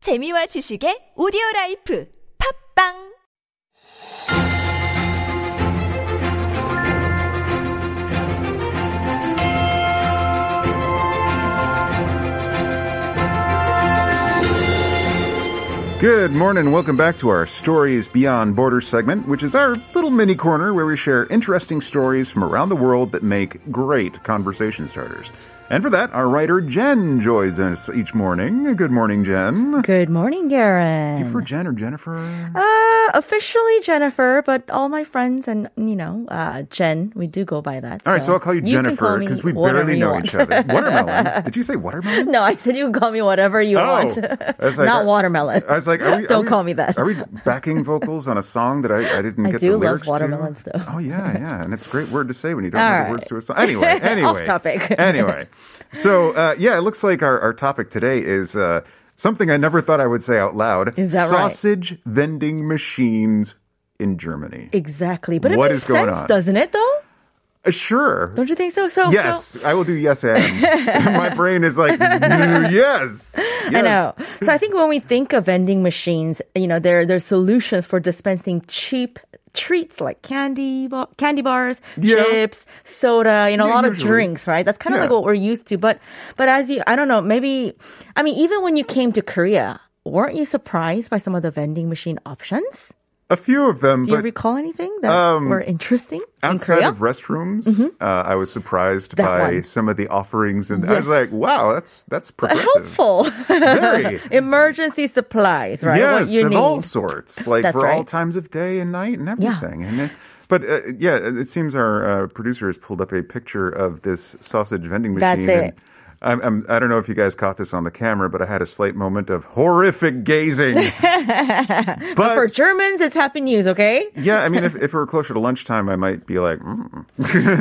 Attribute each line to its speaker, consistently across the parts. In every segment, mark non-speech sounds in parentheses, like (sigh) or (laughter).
Speaker 1: 재미와 지식의 오디오 라이프 팝빵
Speaker 2: Good morning. Welcome back to our Stories Beyond Borders segment, which is our little mini corner where we share interesting stories from around the world that make great conversation starters. And for that, our writer Jen joins us each morning. Good morning, Jen.
Speaker 3: Good morning, Garen.
Speaker 2: For Jen or Jennifer?
Speaker 3: uh, officially Jennifer, but all my friends and you know, uh, Jen, we do go by that.
Speaker 2: All right, so I'll call you,
Speaker 3: can
Speaker 2: Jennifer
Speaker 3: call me
Speaker 2: because we
Speaker 3: whatever
Speaker 2: barely
Speaker 3: you
Speaker 2: know
Speaker 3: want.
Speaker 2: each other. Watermelon? Did you say watermelon?
Speaker 3: (laughs) No, I said you can call me whatever you want.
Speaker 2: Oh, I was like,
Speaker 3: Not
Speaker 2: I-
Speaker 3: watermelon.
Speaker 2: I was like, are we, are
Speaker 3: don't
Speaker 2: we-
Speaker 3: call me that.
Speaker 2: Are we backing vocals on a song that I, I didn't
Speaker 3: I
Speaker 2: get the
Speaker 3: do love
Speaker 2: lyrics
Speaker 3: watermelons,
Speaker 2: to?
Speaker 3: though.
Speaker 2: Oh yeah, yeah, and it's a great word to say when you don't
Speaker 3: All
Speaker 2: know the
Speaker 3: right.
Speaker 2: words to a song. Anyway, anyway,
Speaker 3: (laughs) Off topic. (laughs)
Speaker 2: anyway, so uh, yeah, it looks like our, our topic today is uh, something I never thought I would say out loud.
Speaker 3: Is that right?
Speaker 2: sausage vending machines in Germany?
Speaker 3: exactly, but
Speaker 2: What
Speaker 3: it makes
Speaker 2: is going
Speaker 3: sense,
Speaker 2: on?
Speaker 3: doesn't it? Though,
Speaker 2: Uh, sure.
Speaker 3: don't you think so? So,
Speaker 2: yes,
Speaker 3: so
Speaker 2: I will do yes
Speaker 3: (laughs)
Speaker 2: and. My brain is like "Mm, yes. yes."
Speaker 3: I know. So I think when we think of vending machines, you know, there there are solutions for dispensing cheap treats like candy bar, candy bars,
Speaker 2: Yeah.
Speaker 3: chips, soda, you know, a
Speaker 2: Yeah,
Speaker 3: lot of
Speaker 2: usually.
Speaker 3: drinks, right? That's kind of
Speaker 2: Yeah.
Speaker 3: like what we're used to. But but as you, I don't know, maybe I mean, even when you came to Korea, weren't you surprised by some of the vending machine options?
Speaker 2: A few of them,
Speaker 3: Do
Speaker 2: but
Speaker 3: you
Speaker 2: um,
Speaker 3: recall anything that were interesting in
Speaker 2: outside
Speaker 3: Korea? Mm-hmm.
Speaker 2: of restrooms, uh, I was surprised
Speaker 3: That
Speaker 2: by
Speaker 3: one.
Speaker 2: some of the offerings, and I was
Speaker 3: Yes.
Speaker 2: like, "Wow, that's that's progressive."
Speaker 3: Helpful
Speaker 2: Very.
Speaker 3: (laughs) emergency supplies, right?
Speaker 2: Yes,
Speaker 3: what you
Speaker 2: of
Speaker 3: need.
Speaker 2: all sorts, like
Speaker 3: That's
Speaker 2: for all
Speaker 3: right.
Speaker 2: times of day and night and
Speaker 3: Yeah.
Speaker 2: everything. And it, but uh, yeah, it seems our uh, producer has pulled up a picture of this sausage vending
Speaker 3: That's
Speaker 2: machine.
Speaker 3: it.
Speaker 2: And I'm, I'm, I don't know if you guys caught this on the camera, but I had a slight moment of horrific
Speaker 3: (laughs)
Speaker 2: gazing. but
Speaker 3: For Germans, it's happy news, okay?
Speaker 2: yeah, I mean, if, if it were closer to lunchtime, I might be like, mm.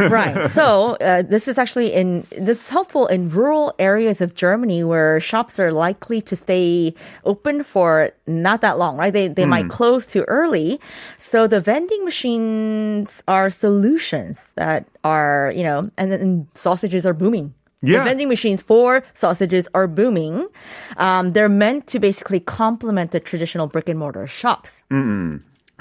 Speaker 3: right. So uh, this is actually in this is helpful in rural areas of Germany where shops are likely to stay open for not that long, right? They they might close too early. So the vending machines are solutions that are you know, and then sausages are booming.
Speaker 2: Yeah.
Speaker 3: The vending machines for sausages are booming. Um, they're meant to basically complement the traditional brick and mortar shops.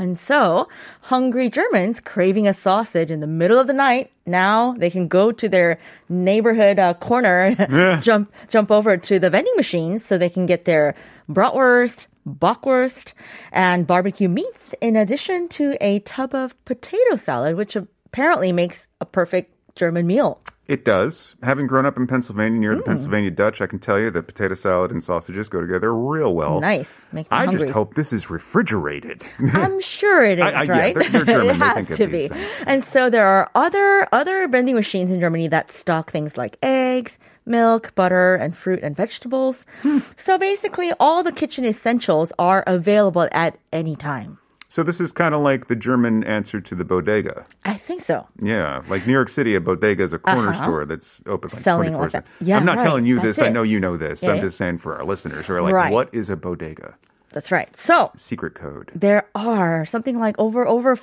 Speaker 3: And so, hungry Germans craving a sausage in the middle of the night, now they can go to their neighborhood uh, corner, (laughs) jump jump over to the vending machines so they can get their bratwurst, bockwurst, and barbecue meats in addition to a tub of potato salad, which apparently makes a perfect German meal.
Speaker 2: It does. Having grown up in Pennsylvania near
Speaker 3: Mm.
Speaker 2: the Pennsylvania Dutch, I can tell you that potato salad and sausages go together real well.
Speaker 3: Nice. Make me
Speaker 2: I
Speaker 3: hungry.
Speaker 2: just hope this is refrigerated. (laughs)
Speaker 3: I'm sure it is,
Speaker 2: I- I- yeah,
Speaker 3: right? (laughs)
Speaker 2: they're- they're German.
Speaker 3: it
Speaker 2: They
Speaker 3: has
Speaker 2: think of
Speaker 3: to
Speaker 2: these
Speaker 3: be.
Speaker 2: things.
Speaker 3: And so there are other other vending machines in Germany that stock things like eggs, milk, butter, and fruit and vegetables.
Speaker 2: Hmm.
Speaker 3: so basically, all the kitchen essentials are available at any time.
Speaker 2: so this is kind of like the German answer to the bodega.
Speaker 3: I think so.
Speaker 2: Yeah, like New York City, a bodega is a corner store that's open like
Speaker 3: Uh-huh. Selling
Speaker 2: 24
Speaker 3: like that. Yeah,
Speaker 2: I'm not
Speaker 3: right.
Speaker 2: telling you this. I
Speaker 3: That's it.
Speaker 2: know you know this.
Speaker 3: Yeah,
Speaker 2: I'm
Speaker 3: yeah.
Speaker 2: just saying for our listeners who are like,
Speaker 3: Right.
Speaker 2: what is a bodega?
Speaker 3: That's right. So
Speaker 2: Secret code.
Speaker 3: there are something like over over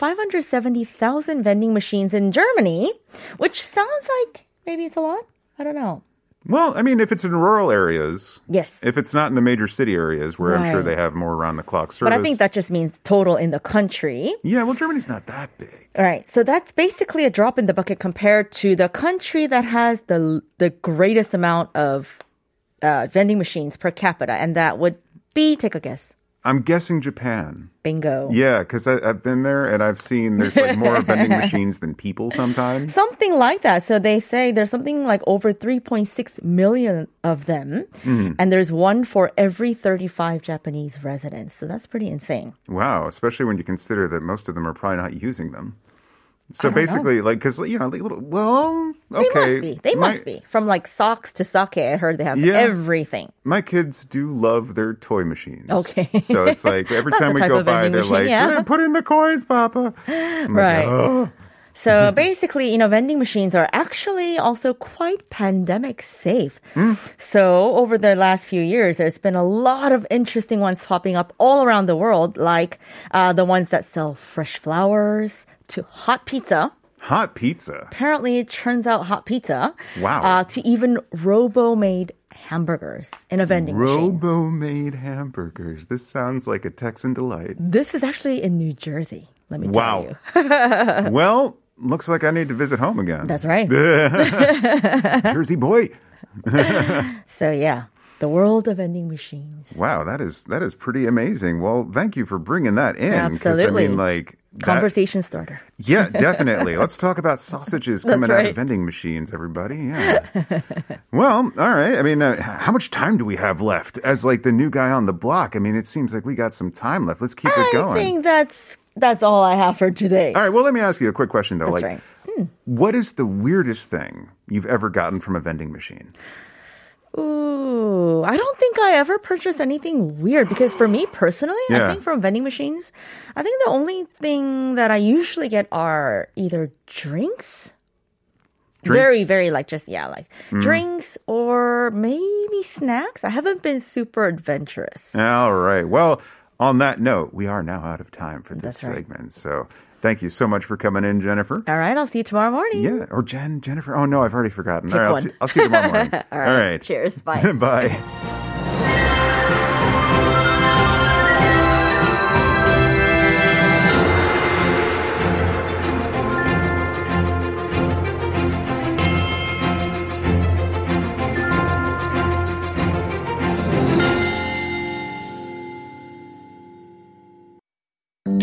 Speaker 3: 570,000 vending machines in Germany, which sounds like maybe it's a lot. I don't know.
Speaker 2: Well, I mean, if it's in rural areas,
Speaker 3: Yes.
Speaker 2: if it's not in the major city areas where I'm sure they
Speaker 3: Right.
Speaker 2: have more around the clock service.
Speaker 3: but I think that just means total in the country.
Speaker 2: Yeah, well, Germany's not that big.
Speaker 3: All right, so that's basically a drop in the bucket compared to the country that has the the greatest amount of uh, vending machines per capita, and that would be take a guess,
Speaker 2: I'm guessing Japan.
Speaker 3: bingo,
Speaker 2: Yeah, because I've been there and I've seen there's like more
Speaker 3: (laughs)
Speaker 2: vending machines than people sometimes.
Speaker 3: something like that. So they say there's something like over 3.6 million of them,
Speaker 2: Mm-hmm.
Speaker 3: and there's one for every 35 Japanese residents. So that's pretty insane.
Speaker 2: Wow, especially when you consider that most of them are probably not using them. So basically, like, because you know, like little. Well, okay,
Speaker 3: They must be. They
Speaker 2: my,
Speaker 3: must be from like socks to sake. I heard they have
Speaker 2: Yeah.
Speaker 3: everything.
Speaker 2: My kids do love their toy machines.
Speaker 3: Okay.
Speaker 2: so it's
Speaker 3: (laughs)
Speaker 2: like every
Speaker 3: That's
Speaker 2: time
Speaker 3: a
Speaker 2: we
Speaker 3: type
Speaker 2: go
Speaker 3: of
Speaker 2: by, they're
Speaker 3: vending machine,
Speaker 2: like, "Eh,
Speaker 3: yeah.
Speaker 2: "Put in the coins, Papa." I'm like,
Speaker 3: Right.
Speaker 2: "Oh."
Speaker 3: So basically, you know, vending machines are actually also quite pandemic safe.
Speaker 2: Mm.
Speaker 3: So over the last few years, there's been a lot of interesting ones popping up all around the world, like uh, the ones that sell fresh flowers to hot pizza.
Speaker 2: Hot pizza.
Speaker 3: Apparently, it turns out hot pizza.
Speaker 2: Wow.
Speaker 3: Uh, to even robo made hamburgers in a vending machine.
Speaker 2: Robo made hamburgers. This sounds like a Texan
Speaker 3: (laughs)
Speaker 2: delight.
Speaker 3: This is actually in New Jersey. Let me tell
Speaker 2: Wow.
Speaker 3: you.
Speaker 2: well, looks like I need to visit home again.
Speaker 3: That's right. (laughs)
Speaker 2: Jersey boy.
Speaker 3: So yeah, the world of vending machines.
Speaker 2: Wow, that is that is pretty amazing. Well, thank you for bringing that in. 'cause, I
Speaker 3: Absolutely.
Speaker 2: mean, like that-
Speaker 3: Conversation starter. (laughs)
Speaker 2: yeah, definitely. Let's talk about sausages coming out of
Speaker 3: right.
Speaker 2: vending machines, everybody. Yeah. well, all right. I mean, uh, h- how much time do we have left as like the new guy on the block? I mean, it seems like we got some time left. Let's keep it
Speaker 3: I
Speaker 2: going.
Speaker 3: think that's that's all I have for today.
Speaker 2: all right. Well, let me ask you a quick question though.
Speaker 3: That's
Speaker 2: like,
Speaker 3: right. Hmm.
Speaker 2: what is the weirdest thing you've ever gotten from a vending machine?
Speaker 3: Ooh, I don't think I ever purchased anything weird because for me personally,
Speaker 2: Yeah.
Speaker 3: I think from vending machines, I think the only thing that I usually get are either drinks.
Speaker 2: Drinks? Mm.
Speaker 3: Very, very like just yeah, like drinks or maybe snacks. I haven't been super adventurous.
Speaker 2: All right. Well, on that note, we are now out of time for this
Speaker 3: That's right.
Speaker 2: segment. So thank you so much for coming in, Jennifer.
Speaker 3: All right, I'll see you tomorrow morning.
Speaker 2: Yeah, or Jen, Jennifer. Oh no, I've already forgotten. All right, I'll
Speaker 3: one.
Speaker 2: see, I'll see you tomorrow
Speaker 3: (laughs)
Speaker 2: morning. All right. (laughs)
Speaker 3: Cheers. Bye.
Speaker 2: Bye.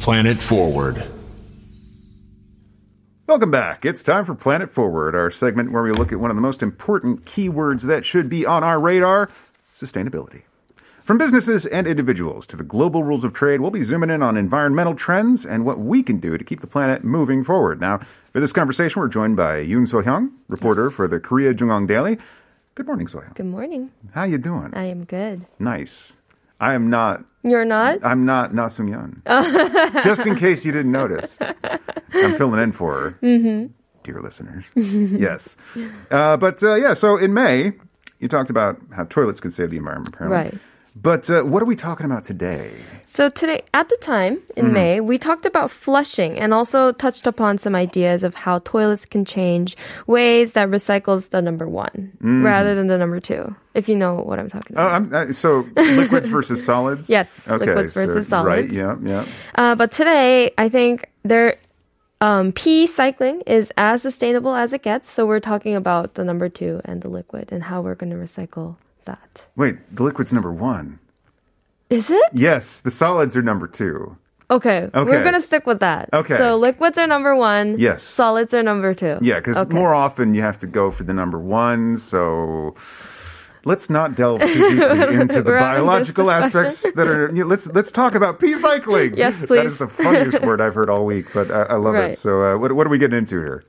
Speaker 4: Planet Forward.
Speaker 2: Welcome back. It's time for Planet Forward, our segment where we look at one of the most important keywords that should be on our radar sustainability. From businesses and individuals to the global rules of trade, we'll be zooming in on environmental trends and what we can do to keep the planet moving forward. Now, for this conversation, we're joined by Yoon So-hyung, reporter for the Korea Jungang Daily. Good morning, So-hyung.
Speaker 5: Good morning.
Speaker 2: How you doing?
Speaker 5: I am good.
Speaker 2: nice. I am not
Speaker 5: You're not?
Speaker 2: I'm not Na Sung
Speaker 5: (laughs)
Speaker 2: Yeon. Just in case you didn't notice, I'm filling in for her,
Speaker 5: Mm-hmm.
Speaker 2: dear listeners. yes, uh, but uh, yeah. So in May, you talked about how toilets can save the environment, apparently.
Speaker 5: Right.
Speaker 2: But uh, what are we talking about today?
Speaker 5: So today, at the time in
Speaker 2: Mm.
Speaker 5: May, we talked about flushing and also touched upon some ideas of how toilets can change ways that recycles the number one rather than the number two. If you know what I'm talking
Speaker 2: Oh,
Speaker 5: about.
Speaker 2: I'm, Mm. uh, so
Speaker 5: (laughs)
Speaker 2: liquids versus solids.
Speaker 5: Yes, liquids
Speaker 2: so-
Speaker 5: versus
Speaker 2: Right.
Speaker 5: solids.
Speaker 2: Yeah. Yeah.
Speaker 5: Uh, but today, I think there, um, pee cycling is as sustainable as it gets. So we're talking about the number two and the liquid and how we're going to recycle that.
Speaker 2: Wait, the liquid's number one.
Speaker 5: Is it?
Speaker 2: Yes, the solids are number two.
Speaker 5: Okay.
Speaker 2: Okay.
Speaker 5: We're going to stick with that.
Speaker 2: Okay.
Speaker 5: So liquids are number one.
Speaker 2: Yes.
Speaker 5: Solids are number two.
Speaker 2: Yeah, because
Speaker 5: Okay.
Speaker 2: more often you have to go for the number one. So let's not delve
Speaker 5: (laughs)
Speaker 2: too deeply into the
Speaker 5: We're having this
Speaker 2: biological aspects
Speaker 5: discussion.
Speaker 2: that are. yeah, let's let's talk about pea cycling.
Speaker 5: Yes,
Speaker 2: That
Speaker 5: please.
Speaker 2: is the
Speaker 5: (laughs)
Speaker 2: funniest word I've heard all week, but I, I love it.
Speaker 5: Right.
Speaker 2: So uh, what what are we getting into here?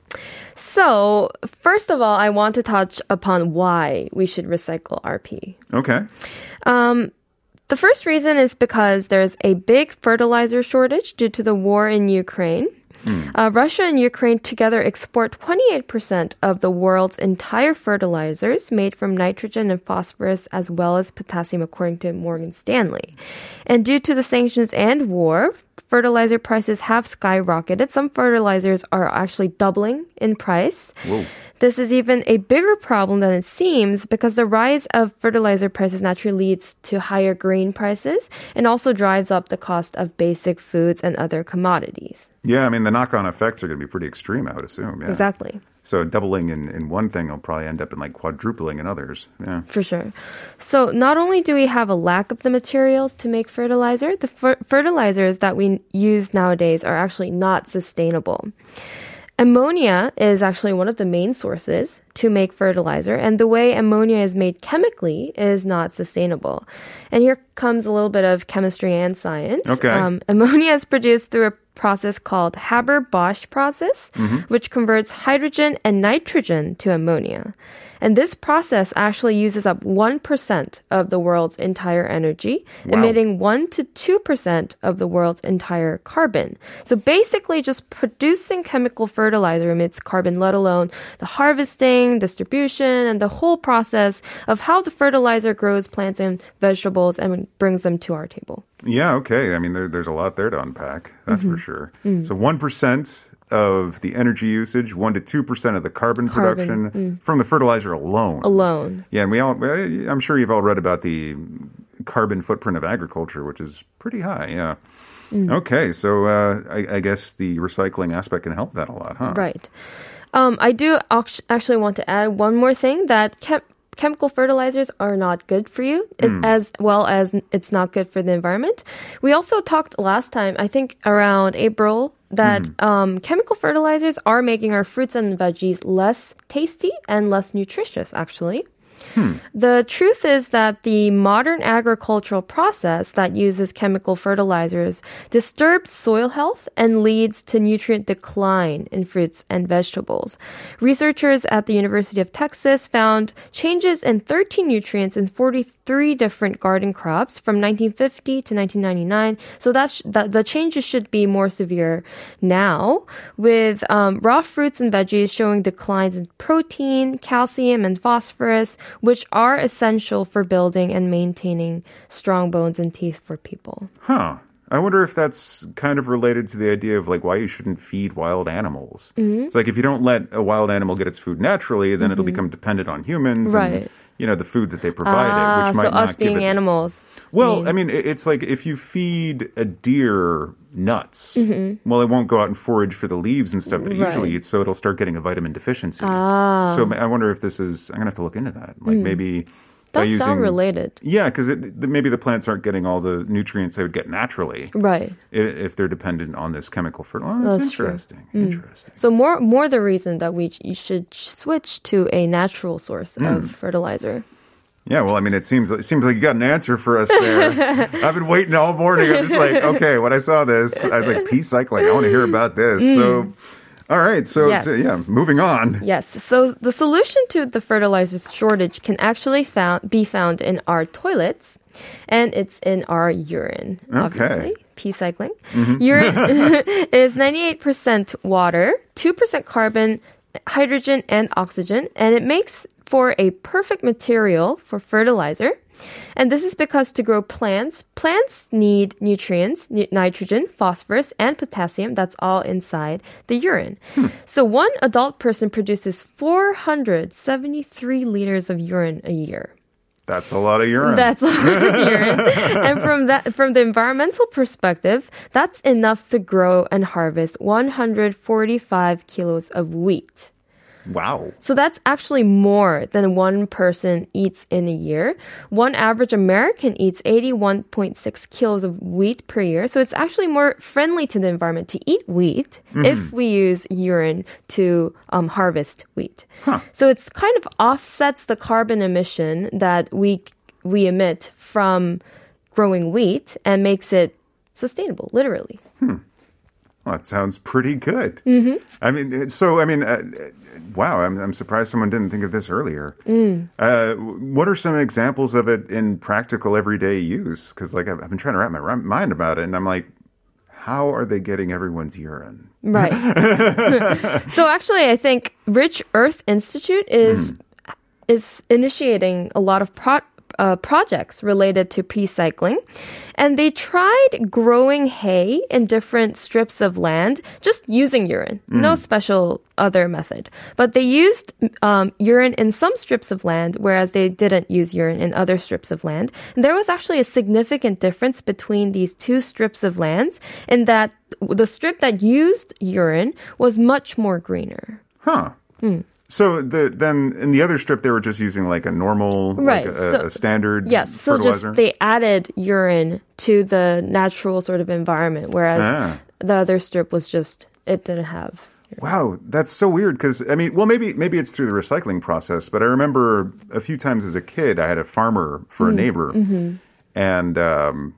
Speaker 5: So, first of all, I want to touch upon why we should recycle RP.
Speaker 2: Okay.
Speaker 5: The first reason is because there's a big fertilizer shortage due to the war in Ukraine. Uh, Russia and Ukraine together export 28% of the world's entire fertilizers made from nitrogen and phosphorus as well as potassium, according to Morgan Stanley. And due to the sanctions and war, fertilizer prices have skyrocketed. Some fertilizers are actually doubling in price. This is even a bigger problem than it seems because the rise of fertilizer prices naturally leads to higher grain prices and also drives up the cost of basic foods and other commodities.
Speaker 2: Yeah, I mean the knock on effects are going to be pretty extreme. I would assume. Yeah.
Speaker 5: Exactly.
Speaker 2: So doubling in, in one thing will probably end up in like quadrupling in others. Yeah.
Speaker 5: For sure. So, not only do we have a lack of the materials to make fertilizer, the fer- fertilizers that we use nowadays are actually not sustainable. Ammonia is actually one of the main sources to make fertilizer, and the way ammonia is made chemically is not sustainable. And here comes a little bit of chemistry and science. Um,
Speaker 2: Okay.
Speaker 5: ammonia is produced through a process called Haber-Bosch process, which converts hydrogen and nitrogen to ammonia. And this process actually uses up 1% of the world's entire energy,
Speaker 2: Wow.
Speaker 5: emitting 1 to 2% of the world's entire carbon. So basically, just producing chemical fertilizer emits carbon, let alone the harvesting, distribution, and the whole process of how the fertilizer grows plants and vegetables and brings them to our table.
Speaker 2: Yeah, okay. I mean, there, there's a lot there to unpack. That's for sure. So 1% of the energy usage, 1% to 2% of the carbon, production from the fertilizer alone.
Speaker 5: Alone.
Speaker 2: Yeah, and we all, I- I'm sure you've all read about the carbon footprint of agriculture, which is pretty high. Yeah. Okay, so uh, I, I guess the recycling aspect can help that a lot, huh?
Speaker 5: Right. Um, I do ac- actually want to add one more thing that chem- chemical fertilizers are not good for you, it- as well as n- it's not good for the environment. We also talked last time, I think around April. That um, chemical fertilizers are making our fruits and veggies less tasty and less nutritious, actually. The truth is that the modern agricultural process that uses chemical fertilizers disturbs soil health and leads to nutrient decline in fruits and vegetables. Researchers at the University of Texas found changes in 13 nutrients in 43 different garden crops from 1950 to 1999. So that, sh- that the changes should be more severe now, with um, raw fruits and veggies showing declines in protein, calcium, and phosphorus, which are essential for building and maintaining strong bones and teeth for people.
Speaker 2: Huh. I wonder if that's kind of related to the idea of like why you shouldn't feed wild animals.
Speaker 5: Mm-hmm.
Speaker 2: It's like if you don't let a wild animal get its food naturally, then it'll become dependent on humans. And,
Speaker 5: Mm-hmm. Right.
Speaker 2: you know, the food that they provide it,
Speaker 5: Ah,
Speaker 2: which might
Speaker 5: so
Speaker 2: not
Speaker 5: us
Speaker 2: give
Speaker 5: being
Speaker 2: it-
Speaker 5: animals.
Speaker 2: Well, I mean, i- it's like if you feed a deer nuts, well, it won't go out and forage for the leaves and stuff that it usually
Speaker 5: Mm-hmm. Right.
Speaker 2: eats, so it'll start getting a vitamin deficiency. Ah. So I wonder if this is, I'm going to have to look into that. Like maybe by
Speaker 5: Hmm. That sound
Speaker 2: using.
Speaker 5: related.
Speaker 2: Yeah, because maybe the plants aren't getting all the nutrients they would get naturally
Speaker 5: Right.
Speaker 2: i- if they're dependent on this chemical fertilizer. Oh, that's,
Speaker 5: That's true. Hmm.
Speaker 2: interesting. Interesting.
Speaker 5: So more more the reason that we you should switch to a natural source
Speaker 2: Hmm.
Speaker 5: of fertilizer.
Speaker 2: Yeah, well, I mean, it seems it seems like you got an answer for us
Speaker 5: (laughs)
Speaker 2: there. I've been waiting all morning. I'm just like, okay, when I saw this, I was like, peace cycling. I want to hear about this. So, all right, so it's-
Speaker 5: Hmm. Yes.
Speaker 2: yeah, moving on.
Speaker 5: Yes. So the solution to the fertilizer shortage can actually found, be found in our toilets and it's in our urine, obviously. Pee cycling. Urine (laughs) is 98% water, 2% carbon, hydrogen, and oxygen, and it makes for a perfect material for fertilizer. And this is because to grow plants, plants need nutrients, ni- nitrogen, phosphorus, and potassium. That's all inside the urine. So one adult person produces 473 liters of urine a year.
Speaker 2: That's a lot of urine.
Speaker 5: That's a lot of urine. and from that, from the environmental perspective, that's enough to grow and harvest 145 kilos of wheat.
Speaker 2: wow.
Speaker 5: So that's actually more than one person eats in a year. One average American eats 81.6 kilos of wheat per year. So it's actually more friendly to the environment to eat wheat if we use urine to um, harvest wheat. So it's kind of offsets the carbon emission that we we emit from growing wheat and makes it sustainable, literally.
Speaker 2: Well, that sounds pretty good. Mm-hmm. I mean, it- so I mean, uh, uh, wow, I'm, I'm surprised someone didn't think of this earlier.
Speaker 5: Mm.
Speaker 2: Uh, w- what are some examples of it in practical everyday use? Because like I've, I've been trying to wrap my ri- mind about it, and I'm like, how are they getting everyone's urine?
Speaker 5: Right. (laughs) so actually, I think Rich Earth Institute is is initiating a lot of pro- uh, projects related to recycling, and they tried growing hay in different strips of land just using urine, no special other method. But they used um, urine in some strips of land, whereas they didn't use urine in other strips of land. And there was actually a significant difference between these two strips of lands in that the strip that used urine was much more greener.
Speaker 2: Huh.
Speaker 5: Mm.
Speaker 2: So the then in the other strip they were just using like a normal
Speaker 5: Right,
Speaker 2: like a,
Speaker 5: so-
Speaker 2: a standard
Speaker 5: Yes, so
Speaker 2: fertilizer.
Speaker 5: just they added urine to the natural sort of environment, whereas
Speaker 2: Ah.
Speaker 5: the other strip was just it didn't have.
Speaker 2: wow, that's so weird because I mean, well maybe maybe it's through the recycling process, but I remember a few times as a kid I had a farmer for a neighbor, and um,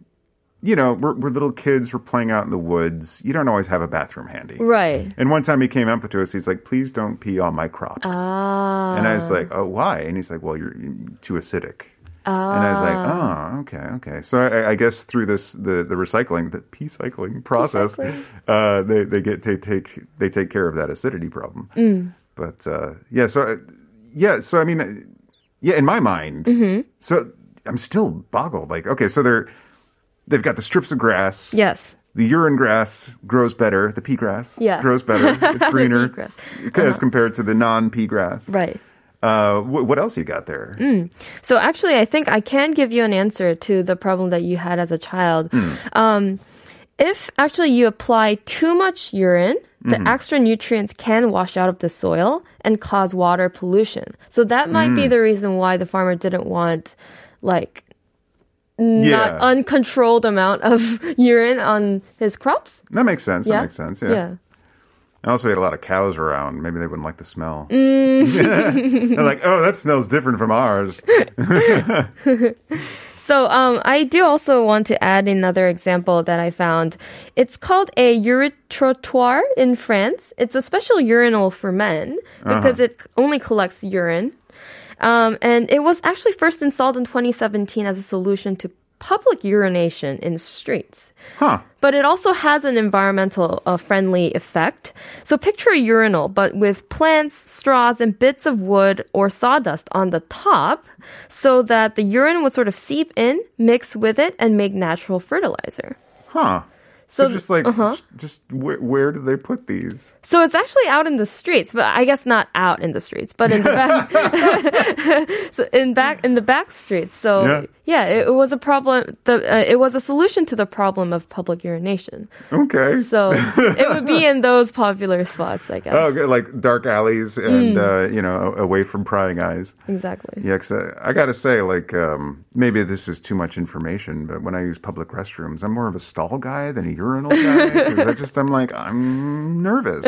Speaker 2: you know, we're, we're little kids, we're playing out in the woods. You don't always have a bathroom handy.
Speaker 5: Right.
Speaker 2: And one time he came up to us, he's like, please don't pee on my crops. And I was like, oh, why? And he's like, well, you're too acidic. And I was like, oh, okay, okay. So I, I guess through this, the, the recycling, the pee cycling process, uh, they, they get, they take, they take care of that acidity problem. But, uh, yeah, so, uh, yeah, so I mean, uh, yeah, in my mind, so I'm still boggled. Like, okay, so they're, they've got the strips of grass.
Speaker 5: Yes.
Speaker 2: The urine grass grows better. The pea grass
Speaker 5: Yeah.
Speaker 2: grows
Speaker 5: (laughs)
Speaker 2: better. It's greener
Speaker 5: pea grass. Uh-huh.
Speaker 2: as compared to the non pea grass.
Speaker 5: Right. Mm.
Speaker 2: Uh, wh- what else you got there?
Speaker 5: So actually, I think I can give you an answer to the problem that you had as a child.
Speaker 2: Hmm.
Speaker 5: Um, if actually you apply too much urine, the
Speaker 2: Hmm.
Speaker 5: extra nutrients can wash out of the soil and cause water pollution. So that might
Speaker 2: Hmm.
Speaker 5: be the reason why the farmer didn't want, like, not
Speaker 2: Yeah.
Speaker 5: uncontrolled amount of (laughs) urine on his crops.
Speaker 2: That makes sense.
Speaker 5: Yeah,
Speaker 2: That makes sense. Yeah. I also had a lot of cows around. Maybe they wouldn't like the smell. (laughs)
Speaker 5: Mm.
Speaker 2: They're like, oh, that smells different from ours.
Speaker 5: So um, I do also want to add another example that I found. It's called a uretrottoir in France. It's a special urinal for men because it only collects urine. Um, and it was actually first installed in 2017 as a solution to public urination in streets.
Speaker 2: Huh.
Speaker 5: But it also has an environmental uh, friendly effect. So picture a urinal, but with plants, straws, and bits of wood or sawdust on the top so that the urine will sort of seep in, mix with it, and make natural fertilizer.
Speaker 2: Huh. So,
Speaker 5: So- uh-huh.
Speaker 2: just like, just, just where, where do they put these?
Speaker 5: So it's actually out in the streets, but I guess not out in the streets, but in the back, (laughs) so in back in the back streets. So
Speaker 2: Yeah.
Speaker 5: yeah, it, it was a problem. The uh, it was a solution to the problem of public urination.
Speaker 2: Okay.
Speaker 5: (laughs) So it would be in those popular spots, I guess.
Speaker 2: oh, okay, like dark alleys
Speaker 5: Mm.
Speaker 2: and, uh, you know, a- away from prying eyes.
Speaker 5: Exactly.
Speaker 2: Yeah, 'cause I, I gotta say, like, um, maybe this is too much information, but when I use public restrooms, I'm more of a stall guy than a urinal guy. 'cause I just, I'm like, I'm
Speaker 5: (laughs)
Speaker 2: nervous.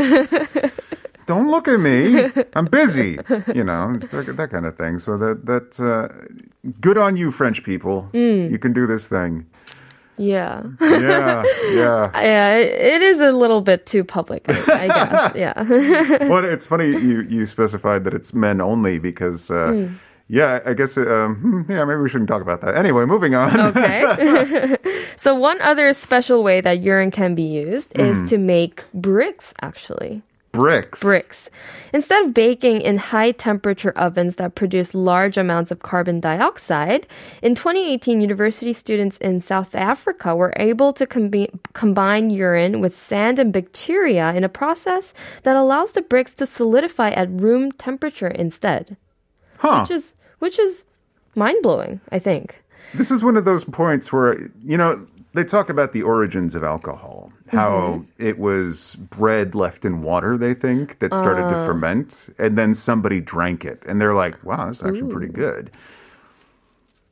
Speaker 2: Don't look at me. I'm busy. You know, that, that kind of thing. So that that uh, good on you, French people.
Speaker 5: Mm.
Speaker 2: You can do this thing.
Speaker 5: Yeah. (laughs)
Speaker 2: Yeah, yeah.
Speaker 5: Yeah, it, it is a little bit too public,
Speaker 2: (laughs)
Speaker 5: I, I guess. Yeah. (laughs)
Speaker 2: well, it's funny you, you specified that it's men only because, uh,
Speaker 5: Mm.
Speaker 2: yeah, I guess, um, hmm, yeah, maybe we shouldn't talk about that. Anyway, moving on.
Speaker 5: Okay. so, one other special way that urine can be used
Speaker 2: Mm.
Speaker 5: is to make bricks, actually.
Speaker 2: (laughs) Bricks.
Speaker 5: bricks. Instead of baking in high temperature ovens that produce large amounts of carbon dioxide, in 2018, university students in South Africa were able to combi- combine urine with sand and bacteria in a process that allows the bricks to solidify at room temperature instead,
Speaker 2: Huh.
Speaker 5: which is which is mind blowing. I think.
Speaker 2: This is one of those points where, you know, they talk about the origins of alcohol, how it was bread left in water, they think, that started to ferment, and then somebody drank it. And they're like, wow, that's actually pretty good.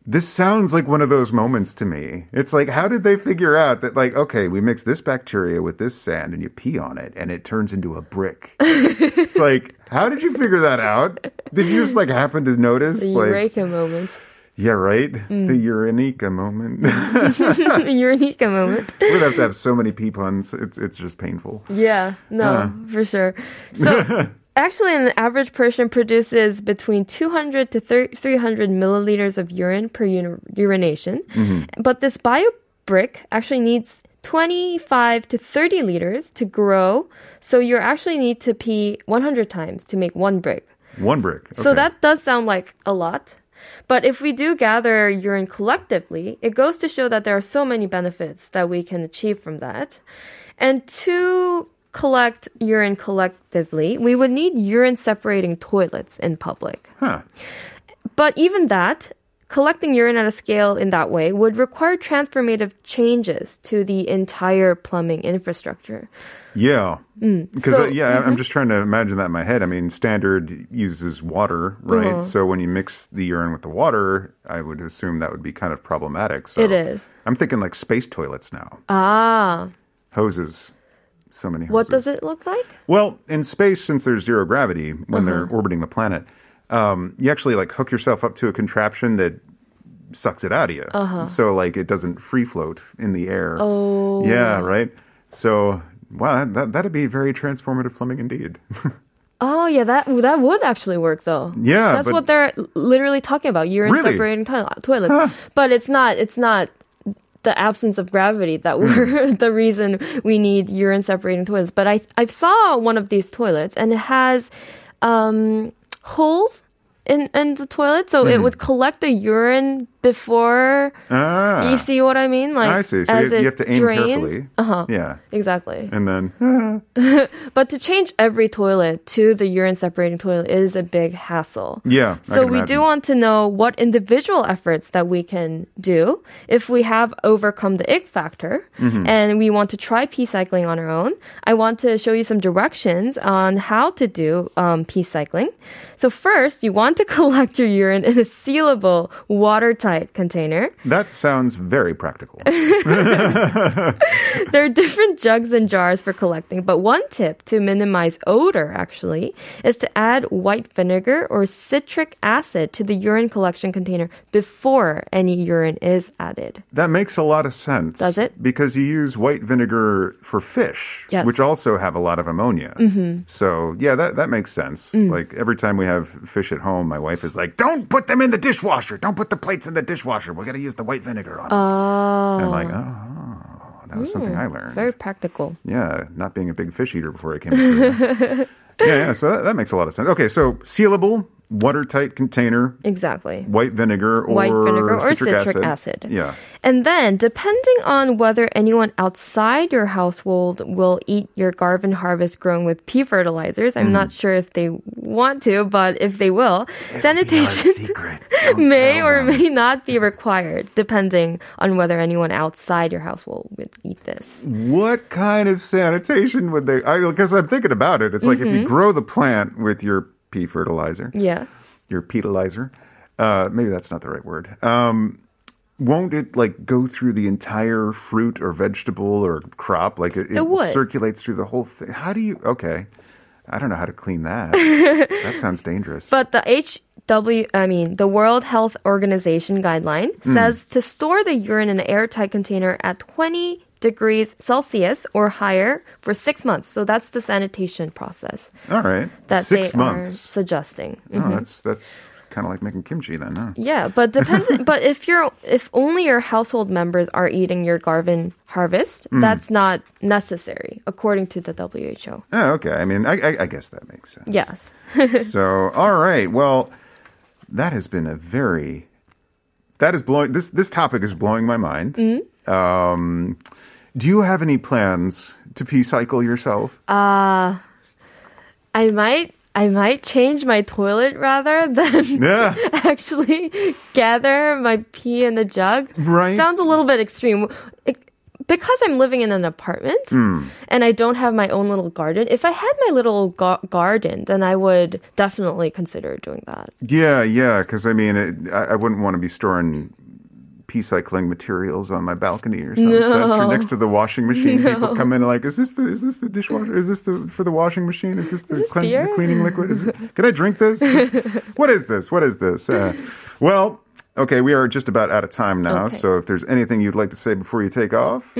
Speaker 2: This sounds like one of those moments to me. It's like, how did they figure out that, like, okay, we mix this bacteria with this sand and you pee on it and it turns into a brick? it's like, how did you figure that out? Did you just, like, happen to notice?
Speaker 5: The
Speaker 2: like,
Speaker 5: Eureka moment. (laughs)
Speaker 2: yeah, right?
Speaker 5: Mm.
Speaker 2: The Eureka moment. (laughs) We're
Speaker 5: the Eureka moment.
Speaker 2: going to have to have so many pee puns. It's, it's just painful.
Speaker 5: Yeah, no, for sure. So, actually, an average person produces between 200 to 3 300 milliliters of urine per uni- urination. But this biobrick actually needs 25 to 30 liters to grow. So, you actually need to pee 100 times to make one brick.
Speaker 2: One brick.
Speaker 5: So
Speaker 2: Okay.
Speaker 5: that does sound like a lot. But if we do gather urine collectively, it goes to show that there are so many benefits that we can achieve from that. And to collect urine collectively, we would need urine separating toilets in public.
Speaker 2: Huh.
Speaker 5: But even that, collecting urine at a scale in that way would require transformative changes to the entire plumbing infrastructure.
Speaker 2: Yeah. Because,
Speaker 5: Mm. So- mm-hmm.
Speaker 2: yeah, I- I'm just trying to imagine that in my head. I mean, standard uses water, right?
Speaker 5: Mm-hmm.
Speaker 2: So when you mix the urine with the water, I would assume that would be kind of problematic. So
Speaker 5: It is.
Speaker 2: I'm thinking like space toilets now,
Speaker 5: Ah,
Speaker 2: hoses. So many hoses.
Speaker 5: what does it look like?
Speaker 2: Well, in space, since there's zero gravity
Speaker 5: Mm-hmm.
Speaker 2: when they're orbiting the planet, um, you actually like hook yourself up to a contraption that sucks it out of you.
Speaker 5: Uh-huh.
Speaker 2: So like it doesn't free float in the air. Oh. Yeah, right? So wow, that that'd be very transformative plumbing indeed. (laughs)
Speaker 5: Oh yeah, that that would actually work though.
Speaker 2: Yeah,
Speaker 5: that's
Speaker 2: but-
Speaker 5: what they're literally talking about. Urine
Speaker 2: Really?
Speaker 5: separating to- toilets, but it's not. It's not the absence of gravity
Speaker 2: Hmm.
Speaker 5: that were (laughs) the reason we need urine separating toilets. But I I saw one of these toilets and it has um, holes. In, in the toilet, so
Speaker 2: Hmm.
Speaker 5: it would collect the urine before.
Speaker 2: ah,
Speaker 5: you see what I mean? Like
Speaker 2: I see. So
Speaker 5: as
Speaker 2: you,
Speaker 5: it
Speaker 2: you have to aim
Speaker 5: drains.
Speaker 2: carefully. Uh-huh. Yeah.
Speaker 5: Exactly.
Speaker 2: And then (laughs)
Speaker 5: But to change every toilet to the urine separating toilet is a big hassle.
Speaker 2: Yeah, I
Speaker 5: So
Speaker 2: can
Speaker 5: we
Speaker 2: imagine.
Speaker 5: do want to know what individual efforts that we can do if we have overcome the ick factor
Speaker 2: Mm-hmm.
Speaker 5: and we want to try pee cycling on our own. I want to show you some directions on how to do um, pee cycling. So first, you want to (laughs) collect your urine in a sealable, watertight container.
Speaker 2: that sounds very practical.
Speaker 5: There are different jugs and jars for collecting, but one tip to minimize odor actually is to add white vinegar or citric acid to the urine collection container before any urine is added.
Speaker 2: That makes a lot of sense.
Speaker 5: Does it?
Speaker 2: Because you use white vinegar for fish,
Speaker 5: Yes.
Speaker 2: which also have a lot of ammonia. Mm-hmm. So, yeah, that, that makes sense.
Speaker 5: Mm.
Speaker 2: Like every time we have fish at home, my wife is like, don't put them in the dishwasher. Don't put the plates in the dishwasher. We're going to use the white vinegar on them. And I'm like, oh, that
Speaker 5: Mm.
Speaker 2: was something I learned.
Speaker 5: Very practical.
Speaker 2: yeah, not being a big fish eater before I came to Korea.
Speaker 5: (laughs)
Speaker 2: yeah, yeah, so that, that makes a lot of sense. Okay, so sealable, watertight container,
Speaker 5: Exactly.
Speaker 2: white vinegar or,
Speaker 5: White vinegar or citric acid.
Speaker 2: Yeah.
Speaker 5: And then, depending on whether anyone outside your household will eat your Garvin harvest grown with pea fertilizers, I'm not sure if they want to, but if they will, sanitation. (laughs)
Speaker 2: secret.
Speaker 5: may or may not be required, depending on whether anyone outside your household would eat this.
Speaker 2: Mm. What kind of sanitation would they? I Because I'm thinking about it. It's like if you grow the plant with your pea fertilizer,
Speaker 5: Mm-hmm. Yeah.
Speaker 2: your petalizer, uh, maybe that's not the right word. Um, won't it like go through the entire fruit or vegetable or crop? Like it, it,
Speaker 5: would.
Speaker 2: circulates through the whole thing. How do you? Okay, I don't know how to clean
Speaker 5: (laughs)
Speaker 2: that. that sounds dangerous.
Speaker 5: But the HW, I mean, the World Health Organization guideline
Speaker 2: Mm.
Speaker 5: says to store the urine in an airtight container at 20 degrees Celsius or higher for six months. So that's the sanitation process
Speaker 2: All right,
Speaker 5: that
Speaker 2: six
Speaker 5: they are
Speaker 2: months.
Speaker 5: suggesting. Mm-hmm.
Speaker 2: Oh, that's that's kind of like making kimchi then, huh?
Speaker 5: Yeah, but depends. but if you're if only your household members are eating your Garvin harvest, that's not necessary according to the WHO.
Speaker 2: Oh, okay. I mean, I, I, I guess that makes sense.
Speaker 5: (laughs) Yes.
Speaker 2: so all right well that has been a very that is blowing this this topic is blowing my mind um do you have any plans to pee cycle yourself
Speaker 5: I might I might change my toilet rather (laughs) than
Speaker 2: yeah
Speaker 5: actually gather my pee in a jug.
Speaker 2: Right.
Speaker 5: Sounds a little bit extreme. It- because I'm living in an apartment and I don't have my own little garden, if I had my little ga- garden, then I would definitely consider doing that.
Speaker 2: yeah yeah because i mean it, I, I wouldn't want to be storing pee cycling materials on my balcony or something
Speaker 5: No.
Speaker 2: next to the washing
Speaker 5: (laughs)
Speaker 2: machine people come in like is this the is this the dishwasher is this the for the washing machine is this the, clean- the
Speaker 5: beer?
Speaker 2: cleaning liquid
Speaker 5: (laughs)
Speaker 2: is it, can i drink this Is- what is this what is this uh, well okay we are just about out of time now
Speaker 5: Okay.
Speaker 2: so if there's anything you'd like to say before you take off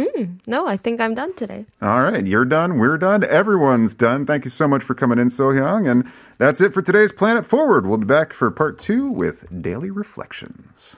Speaker 5: No, I think I'm done today.
Speaker 2: all right, you're done. We're done. Everyone's done. Thank you so much for coming in, Sohyang. And that's it for today's Planet Forward. We'll be back for part two with Daily Reflections.